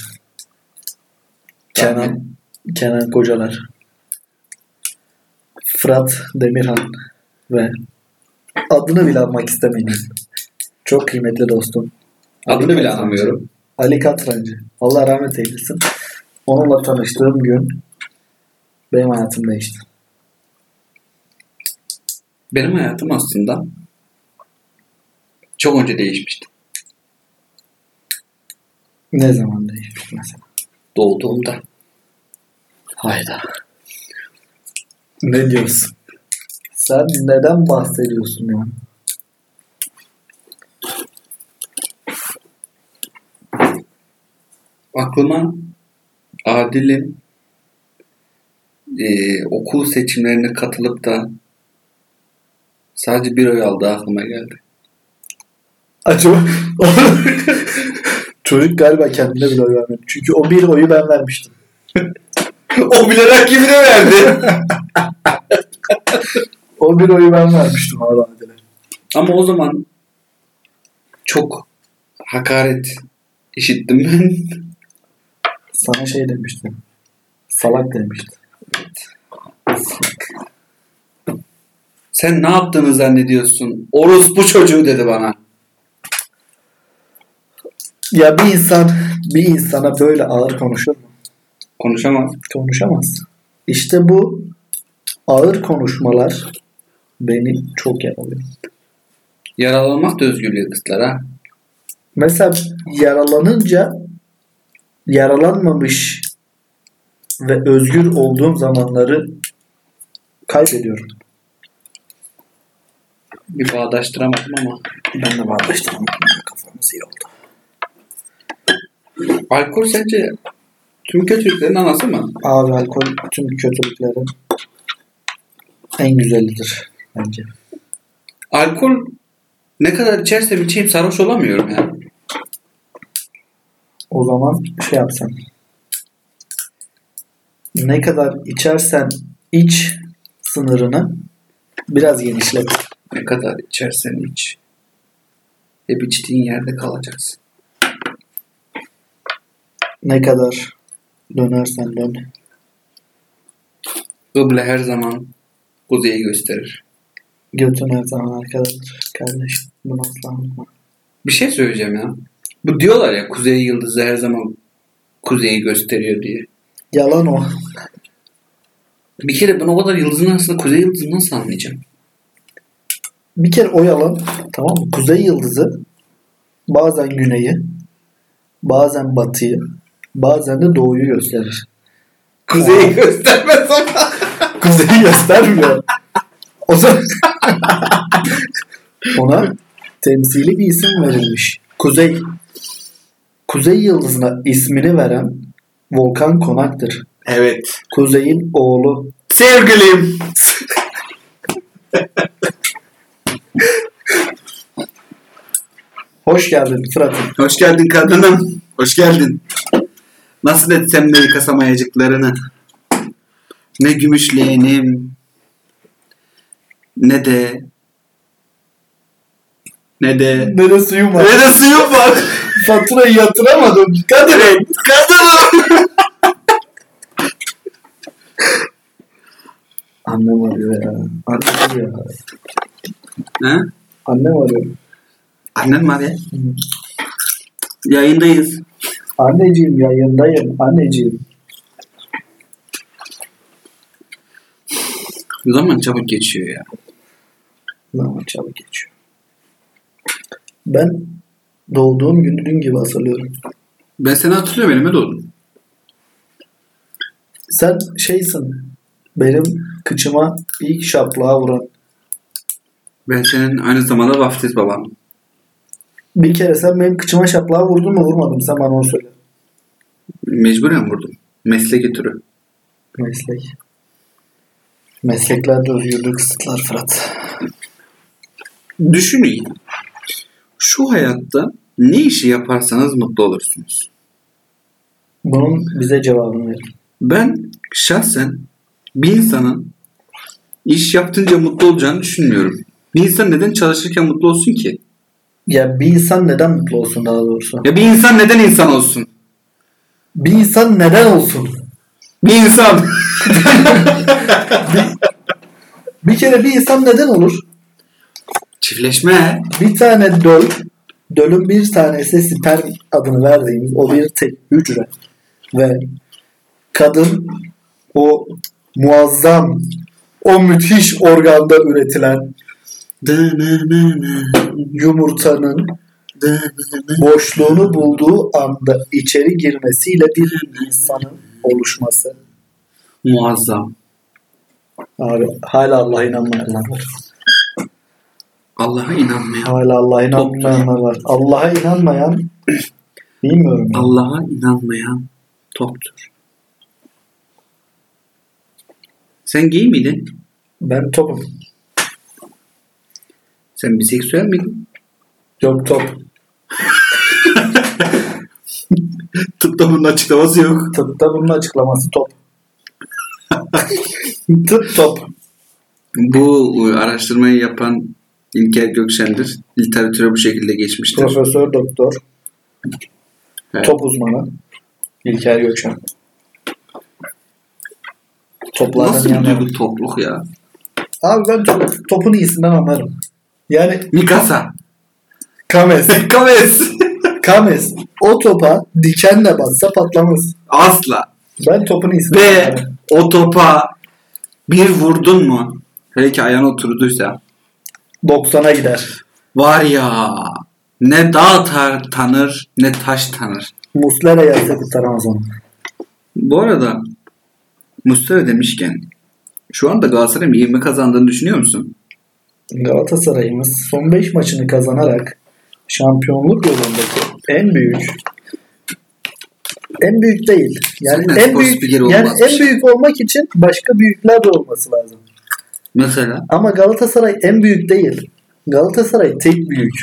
[SPEAKER 2] Kenan.
[SPEAKER 1] Tahmin.
[SPEAKER 2] Kenan Kocalar. Fırat Demirhan. Ve adını bile almak istemeyin. Çok kıymetli dostum.
[SPEAKER 1] Adını
[SPEAKER 2] Ali
[SPEAKER 1] bile
[SPEAKER 2] Katrancı.
[SPEAKER 1] anlamıyorum.
[SPEAKER 2] Ali Katrancı. Allah rahmet eylesin. Onunla tanıştığım gün benim hayatım değişti.
[SPEAKER 1] Benim hayatım aslında çok önce değişmişti.
[SPEAKER 2] Ne zaman değişti mesela?
[SPEAKER 1] Doğduğumda.
[SPEAKER 2] Hayda. Ne diyorsun? Sen neden bahsediyorsun ya?
[SPEAKER 1] Aklıma Adil'in eee, okul seçimlerine katılıp da sadece bir oy aldığı aklıma geldi.
[SPEAKER 2] Acaba Çocuk galiba kendine bile oy vermedi. Çünkü o bir oyu ben vermiştim.
[SPEAKER 1] o bile rakibine verdi.
[SPEAKER 2] O bir oyu ben vermiştim abi Adile.
[SPEAKER 1] Ama o zaman çok hakaret işittim ben.
[SPEAKER 2] Sana şey demiştim. Salak demiştim.
[SPEAKER 1] Sen ne yaptığını zannediyorsun? Orospu çocuğu dedi bana.
[SPEAKER 2] Ya bir insan bir insana böyle ağır konuşur mu?
[SPEAKER 1] Konuşamaz.
[SPEAKER 2] Konuşamaz. İşte bu ağır konuşmalar beni çok yaralıyor.
[SPEAKER 1] Yaralanmak da özgürlüğe kızlar ha.
[SPEAKER 2] Mesela yaralanınca yaralanmamış ve özgür olduğum zamanları kaybediyorum.
[SPEAKER 1] Bir bağdaştıramadım ama.
[SPEAKER 2] Ben de bağdaştıramadım. Kafamız iyi oldu.
[SPEAKER 1] Alkol sence tüm kötülüklerin anası mı?
[SPEAKER 2] Abi alkol bütün kötülüklerin en güzelidir bence.
[SPEAKER 1] Alkol ne kadar içersem içeyim sarhoş olamıyorum ya.
[SPEAKER 2] O zaman şey yapsan. ne kadar içersen iç sınırını biraz genişlet.
[SPEAKER 3] Ne kadar içersen iç. Hep içtiğin yerde kalacaksın.
[SPEAKER 2] Ne kadar dönersen dön.
[SPEAKER 3] Kıble her zaman kuzeyi gösterir.
[SPEAKER 2] Götün her zaman arkadaşlar. Kardeşim bunu asla unutma.
[SPEAKER 3] Bir şey söyleyeceğim ya. Bu diyorlar ya kuzey yıldızı her zaman kuzeyi gösteriyor diye.
[SPEAKER 2] Yalan o.
[SPEAKER 3] Bir kere ben o kadar yıldızın arasında kuzey yıldızını nasıl anlayacağım?
[SPEAKER 2] Bir kere o yalan tamam mı? Kuzey yıldızı bazen güneyi, bazen batıyı, bazen de doğuyu gösterir.
[SPEAKER 3] Kuzeyi göstermez ama.
[SPEAKER 2] Kuzeyi göstermiyor. O zaman ona temsili bir isim verilmiş. Kuzey. Kuzey yıldızına ismini veren Volkan Konak'tır.
[SPEAKER 3] Evet.
[SPEAKER 2] Kuzey'in oğlu.
[SPEAKER 3] Sevgilim.
[SPEAKER 2] Hoş geldin Fırat'ım.
[SPEAKER 1] Hoş geldin kadınım. Hoş geldin. Nasıl etsem de yıkasamayacaklarını. Ne gümüşleyenim. Ne de ne de
[SPEAKER 2] Nere suyum
[SPEAKER 1] ne de suyum var.
[SPEAKER 2] Faturayı yatıramadım.
[SPEAKER 1] Kadınım. Kadınım.
[SPEAKER 2] Annem arıyor ya. Annem arıyor.
[SPEAKER 1] ha?
[SPEAKER 2] Annem arıyor.
[SPEAKER 1] Annen var ya. Yayındayız.
[SPEAKER 2] Anneciğim yayındayım. Anneciğim.
[SPEAKER 3] Zaman çabuk geçiyor ya.
[SPEAKER 2] Lan çabuk geçiyor. Ben doğduğum günü dün gibi hatırlıyorum.
[SPEAKER 1] Ben seni hatırlıyorum elime doğdun.
[SPEAKER 2] Sen şeysin. Benim kıçıma ilk şaplığa vuran.
[SPEAKER 1] Ben senin aynı zamanda vaftiz babam.
[SPEAKER 2] Bir kere sen benim kıçıma şaplığa vurdun mu vurmadın mı? Sen bana onu söyle.
[SPEAKER 1] Mecburen vurdum. Mesleki türü.
[SPEAKER 2] Meslek. Mesleklerde özgürlüğü kısıtlar Fırat.
[SPEAKER 1] Düşünün. Şu hayatta ne işi yaparsanız mutlu olursunuz.
[SPEAKER 2] Bunun bize cevabını ver.
[SPEAKER 1] Ben şahsen bir insanın iş yaptığınca mutlu olacağını düşünmüyorum. Bir insan neden çalışırken mutlu olsun ki?
[SPEAKER 2] Ya bir insan neden mutlu olsun daha doğrusu?
[SPEAKER 1] Ya bir insan neden insan olsun?
[SPEAKER 2] Bir insan neden olsun?
[SPEAKER 1] Bir insan.
[SPEAKER 2] Bir kere bir insan neden olur?
[SPEAKER 1] Çiftleşme.
[SPEAKER 2] Bir tane döl, dölün bir tanesi sperm adını verdiğimiz o bir tek hücre ve kadın o muazzam, o müthiş organda üretilen
[SPEAKER 1] Dı-nı-nı-nı,
[SPEAKER 2] yumurtanın
[SPEAKER 1] dı-nı-nı.
[SPEAKER 2] boşluğunu bulduğu anda içeri girmesiyle bir insanın oluşması.
[SPEAKER 1] Muazzam.
[SPEAKER 2] Abi hala Allah'a inanmayanlar var.
[SPEAKER 1] Allah'a inanmayan.
[SPEAKER 2] Hala Allah'a inanmayanlar var. Allah'a inanmayan bilmiyorum. ya.
[SPEAKER 1] Allah'a inanmayan toptur. Sen gay miydin?
[SPEAKER 2] Ben topum.
[SPEAKER 1] Sen biseksüel miydin?
[SPEAKER 2] Yok top.
[SPEAKER 1] Tıpta bunun açıklaması yok.
[SPEAKER 2] Tıpta bunun açıklaması top. Tıp top.
[SPEAKER 1] Bu e, araştırmayı yapan İlker Gökşen'dir. Literatüre bu şekilde geçmiştir.
[SPEAKER 2] Profesör doktor.
[SPEAKER 1] Evet.
[SPEAKER 2] Top uzmanı. İlker Gökşen.
[SPEAKER 1] Nasıl
[SPEAKER 2] Toplardan
[SPEAKER 1] bir
[SPEAKER 2] yana.
[SPEAKER 1] duygu topluk ya?
[SPEAKER 2] Abi ben top- topun iyisinden anlarım. Yani
[SPEAKER 1] Mikasa.
[SPEAKER 2] Kames.
[SPEAKER 1] Kaves.
[SPEAKER 2] Kames. O topa dikenle batsa patlamaz.
[SPEAKER 1] Asla.
[SPEAKER 2] Ben topun iyisinden
[SPEAKER 1] Ve
[SPEAKER 2] anlarım.
[SPEAKER 1] o topa bir vurdun mu? Hele ki ayağına oturduysa.
[SPEAKER 2] 90'a gider.
[SPEAKER 1] Var ya. Ne dağ tar- tanır ne taş tanır.
[SPEAKER 2] Muslera yatsa kurtaramaz onu.
[SPEAKER 1] Bu arada Mustafa demişken şu anda Galatasaray'ın 20 kazandığını düşünüyor musun?
[SPEAKER 2] Galatasaray'ımız son 5 maçını kazanarak şampiyonluk yolundaki en büyük en büyük değil. Yani
[SPEAKER 1] Zaten
[SPEAKER 2] en
[SPEAKER 1] spor
[SPEAKER 2] büyük
[SPEAKER 1] spikeri
[SPEAKER 2] yani
[SPEAKER 1] olmaz.
[SPEAKER 2] en büyük olmak için başka büyükler de olması lazım.
[SPEAKER 1] Mesela
[SPEAKER 2] Ama Galatasaray en büyük değil. Galatasaray tek büyük.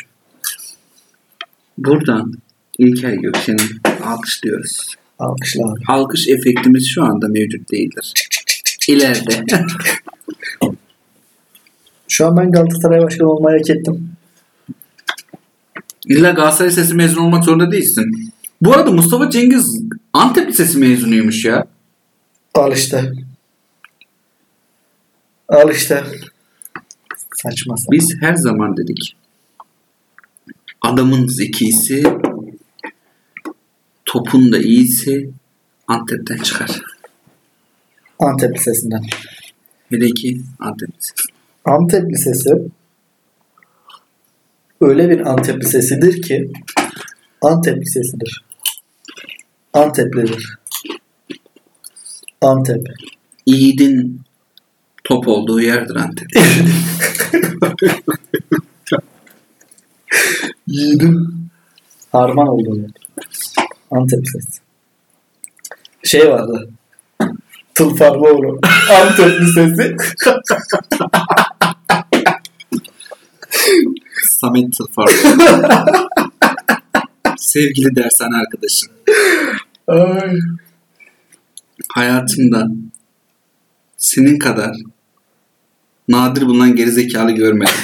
[SPEAKER 1] buradan İlker Gökşen'i alkışlıyoruz.
[SPEAKER 2] Alkışla abi.
[SPEAKER 1] Alkış efektimiz şu anda mevcut değildir. İleride.
[SPEAKER 2] Şu an ben Galatasaray Başkanı olmayı hak ettim.
[SPEAKER 1] İlla Galatasaray Lisesi mezunu olmak zorunda değilsin. Bu arada Mustafa Cengiz Antep Lisesi mezunuymuş ya.
[SPEAKER 2] Al işte. Al işte. Saçma sapan.
[SPEAKER 1] Biz her zaman dedik. Adamın zekisi, topun da iyisi Antep'ten çıkar.
[SPEAKER 2] Antep Lisesi'nden.
[SPEAKER 1] Hele ki Antep Lisesi.
[SPEAKER 2] Antep Lisesi öyle bir Antep Lisesi'dir ki Antep Lisesi'dir. Anteplidir. Antep.
[SPEAKER 1] Yiğidin top olduğu yerdir Antep.
[SPEAKER 2] Yiğidim. Harman olduğu yer. Antep Lisesi. Şey vardı. Tılfarlıoğlu. Antep Lisesi.
[SPEAKER 1] Samet Tılfar. Sevgili dershane arkadaşım.
[SPEAKER 2] Ay.
[SPEAKER 1] hayatımda senin kadar nadir bulunan gerizekalı görmedim.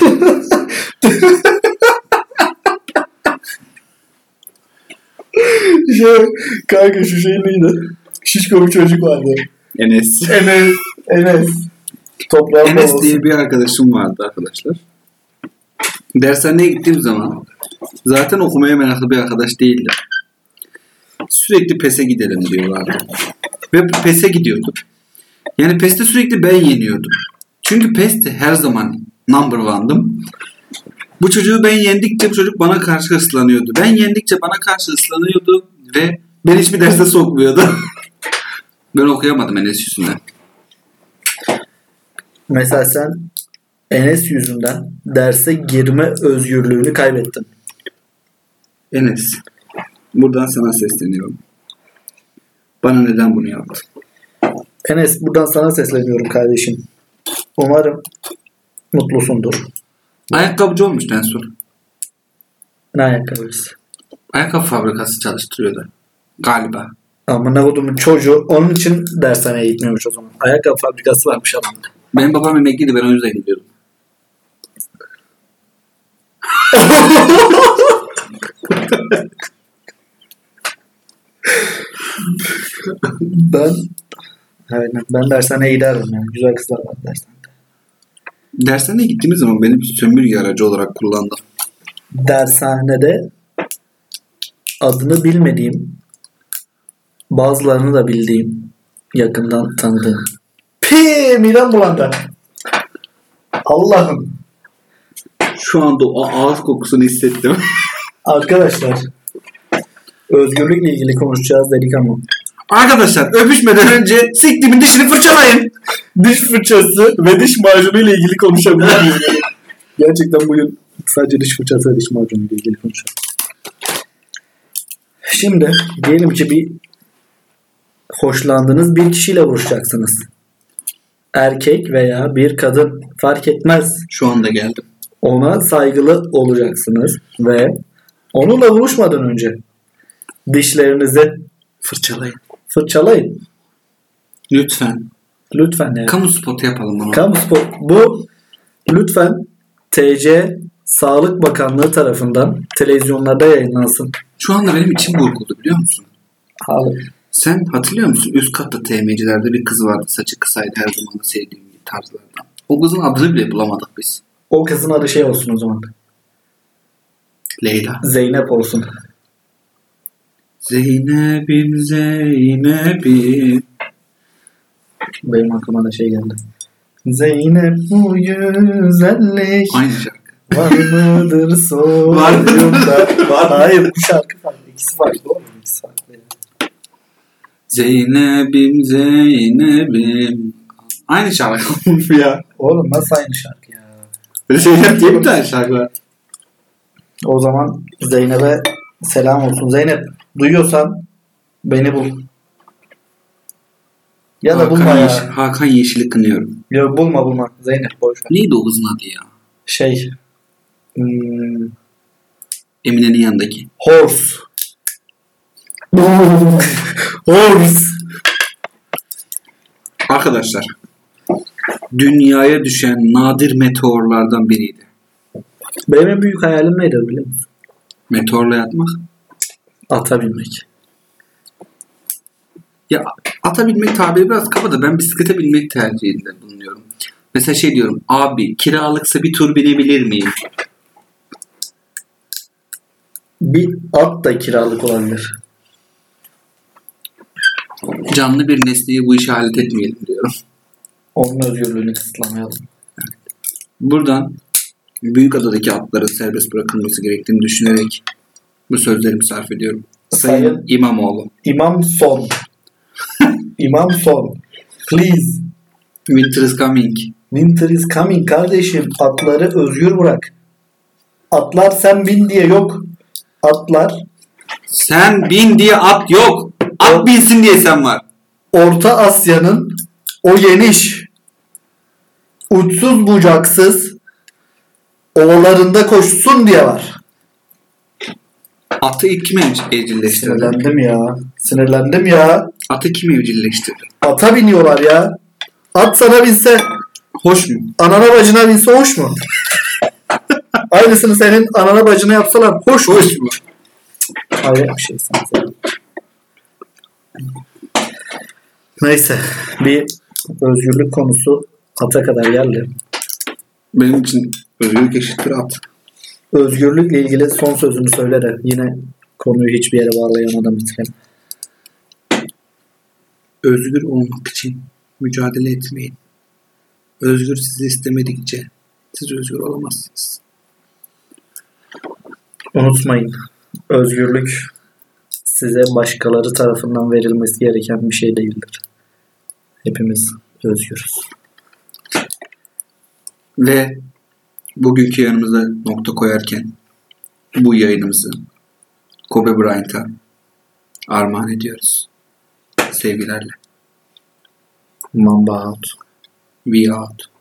[SPEAKER 2] Şey, kanka şu şey neydi? Şişko bir çocuk vardı.
[SPEAKER 1] Enes.
[SPEAKER 2] Enes. Enes. Toprağın
[SPEAKER 1] Enes
[SPEAKER 2] babası.
[SPEAKER 1] diye bir arkadaşım vardı arkadaşlar. Dershaneye gittiğim zaman zaten okumaya meraklı bir arkadaş değildi. Sürekli PES'e gidelim diyorlardı. Ve PES'e gidiyorduk. Yani PES'te sürekli ben yeniyordum. Çünkü PES'te her zaman number one'dım. Bu çocuğu ben yendikçe bu çocuk bana karşı ıslanıyordu. Ben yendikçe bana karşı ıslanıyordu ve beni hiçbir derse sokmuyordu. ben okuyamadım Enes yüzünden.
[SPEAKER 2] Mesela sen Enes yüzünden derse girme özgürlüğünü kaybettin.
[SPEAKER 1] Enes, buradan sana sesleniyorum. Bana neden bunu yaptın?
[SPEAKER 2] Enes buradan sana sesleniyorum kardeşim. Umarım mutlusundur.
[SPEAKER 1] Ayakkabıcı olmuş en son.
[SPEAKER 2] Ne ayakkabısı?
[SPEAKER 1] Ayakkabı fabrikası çalıştırıyordu. Galiba.
[SPEAKER 2] Amına kodumun çocuğu onun için dershaneye gitmiyormuş o zaman. Ayakkabı fabrikası varmış adamda.
[SPEAKER 1] Benim babam emekliydi ben o yüzden gidiyordum.
[SPEAKER 2] Ben Aynen. Ben dershaneye giderdim yani. Güzel kızlar var dershanede.
[SPEAKER 1] Dershaneye gittiğimiz zaman benim sömürge aracı olarak kullandım.
[SPEAKER 2] Dershanede adını bilmediğim bazılarını da bildiğim yakından tanıdığım. Pi midem bulandı. Allah'ım.
[SPEAKER 1] Şu anda o ağız kokusunu hissettim.
[SPEAKER 2] Arkadaşlar özgürlükle ilgili konuşacağız dedik ama
[SPEAKER 1] Arkadaşlar öpüşmeden önce siktimin dişini fırçalayın.
[SPEAKER 2] diş fırçası ve diş macunu ile ilgili konuşabilir miyiz? Gerçekten bugün sadece diş fırçası ve diş macunu ile ilgili konuşalım. Şimdi diyelim ki bir hoşlandığınız bir kişiyle buluşacaksınız. Erkek veya bir kadın fark etmez.
[SPEAKER 1] Şu anda geldim.
[SPEAKER 2] Ona saygılı olacaksınız ve onunla buluşmadan önce dişlerinizi
[SPEAKER 1] Fırçalayın.
[SPEAKER 2] fırçalayın.
[SPEAKER 1] Lütfen.
[SPEAKER 2] Lütfen yani.
[SPEAKER 1] Kamu spotu yapalım bunu.
[SPEAKER 2] Kamu spor- Bu lütfen TC Sağlık Bakanlığı tarafından televizyonlarda yayınlansın.
[SPEAKER 1] Şu anda benim içim burkuldu biliyor musun?
[SPEAKER 2] Abi.
[SPEAKER 1] Sen hatırlıyor musun? Üst katta TM'cilerde bir kız vardı. Saçı kısaydı her zaman da sevdiğim bir tarzlardan. O kızın adını bile bulamadık biz.
[SPEAKER 2] O kızın adı şey olsun o zaman.
[SPEAKER 1] Leyla.
[SPEAKER 2] Zeynep olsun.
[SPEAKER 1] Zeynep'im Zeynep'im.
[SPEAKER 2] Benim aklıma da şey geldi. Zeynep bu güzellik
[SPEAKER 1] Aynı şarkı.
[SPEAKER 2] var mıdır soruyorumda. var Hayır bu şarkı var. İkisi farklı oğlum. İkisi farklı.
[SPEAKER 1] Zeynep'im Zeynep'im. Aynı şarkı olmuş ya.
[SPEAKER 2] Oğlum nasıl aynı şarkı ya?
[SPEAKER 1] Zeynep diye bir tane şarkı var.
[SPEAKER 2] O zaman Zeynep'e selam olsun. Zeynep duyuyorsan beni bul. Ya da bulma
[SPEAKER 1] Hakan, Yeş-
[SPEAKER 2] ya.
[SPEAKER 1] Hakan Yeşil'i kınıyorum.
[SPEAKER 2] Ya bulma bulma. Zeynep boş ver.
[SPEAKER 1] Neydi o kızın adı ya?
[SPEAKER 2] Şey. Hmm,
[SPEAKER 1] Emine'nin yanındaki.
[SPEAKER 2] horse.
[SPEAKER 1] Holmes. Arkadaşlar. Dünyaya düşen nadir meteorlardan biriydi.
[SPEAKER 2] Benim en büyük hayalim neydi biliyor musun?
[SPEAKER 1] Meteorla yatmak.
[SPEAKER 2] Ata binmek.
[SPEAKER 1] Ya ata binmek tabiri biraz kaba da ben bisiklete binmek tercihinde bulunuyorum. Mesela şey diyorum abi kiralıksa bir tur binebilir miyim?
[SPEAKER 2] Bir at da kiralık olabilir.
[SPEAKER 1] Canlı bir nesneyi bu işe alet etmeyelim diyorum.
[SPEAKER 2] Onun özgürlüğünü kısıtlamayalım.
[SPEAKER 1] Buradan Büyükada'daki atların serbest bırakılması gerektiğini düşünerek bu sözlerimi sarf ediyorum. Sayın,
[SPEAKER 2] Sayın-
[SPEAKER 1] İmamoğlu,
[SPEAKER 2] İmam son. İmam son. Please.
[SPEAKER 1] Winter is coming.
[SPEAKER 2] Winter is coming kardeşim. Atları özgür bırak. Atlar sen bin diye yok. Atlar
[SPEAKER 1] Sen bin diye at yok. At binsin diye sen var.
[SPEAKER 2] Orta Asya'nın o geniş, uçsuz bucaksız ovalarında koşsun diye var.
[SPEAKER 1] Atı ilk kim ev- evcilleştirdi?
[SPEAKER 2] Sinirlendim ya. Sinirlendim ya.
[SPEAKER 1] Atı kim evcilleştirdi?
[SPEAKER 2] Ata biniyorlar ya. At sana binse,
[SPEAKER 1] Hoş mu?
[SPEAKER 2] anana bacına binse hoş mu? Aynısını senin anana bacına yapsalar hoş mu?
[SPEAKER 1] Hoş mu?
[SPEAKER 2] Hayret bir şey sanki. Neyse. Bir özgürlük konusu ata kadar geldi.
[SPEAKER 1] Benim için özgürlük eşittir at.
[SPEAKER 2] Özgürlükle ilgili son sözünü söyle de yine konuyu hiçbir yere bağlayamadan bitirelim.
[SPEAKER 1] Özgür olmak için mücadele etmeyin. Özgür sizi istemedikçe siz özgür olamazsınız.
[SPEAKER 2] Unutmayın. Özgürlük size başkaları tarafından verilmesi gereken bir şey değildir. Hepimiz özgürüz.
[SPEAKER 1] Ve bugünkü yanımıza nokta koyarken bu yayınımızı Kobe Bryant'a armağan ediyoruz. Sevgilerle.
[SPEAKER 2] Mamba out.
[SPEAKER 1] We out.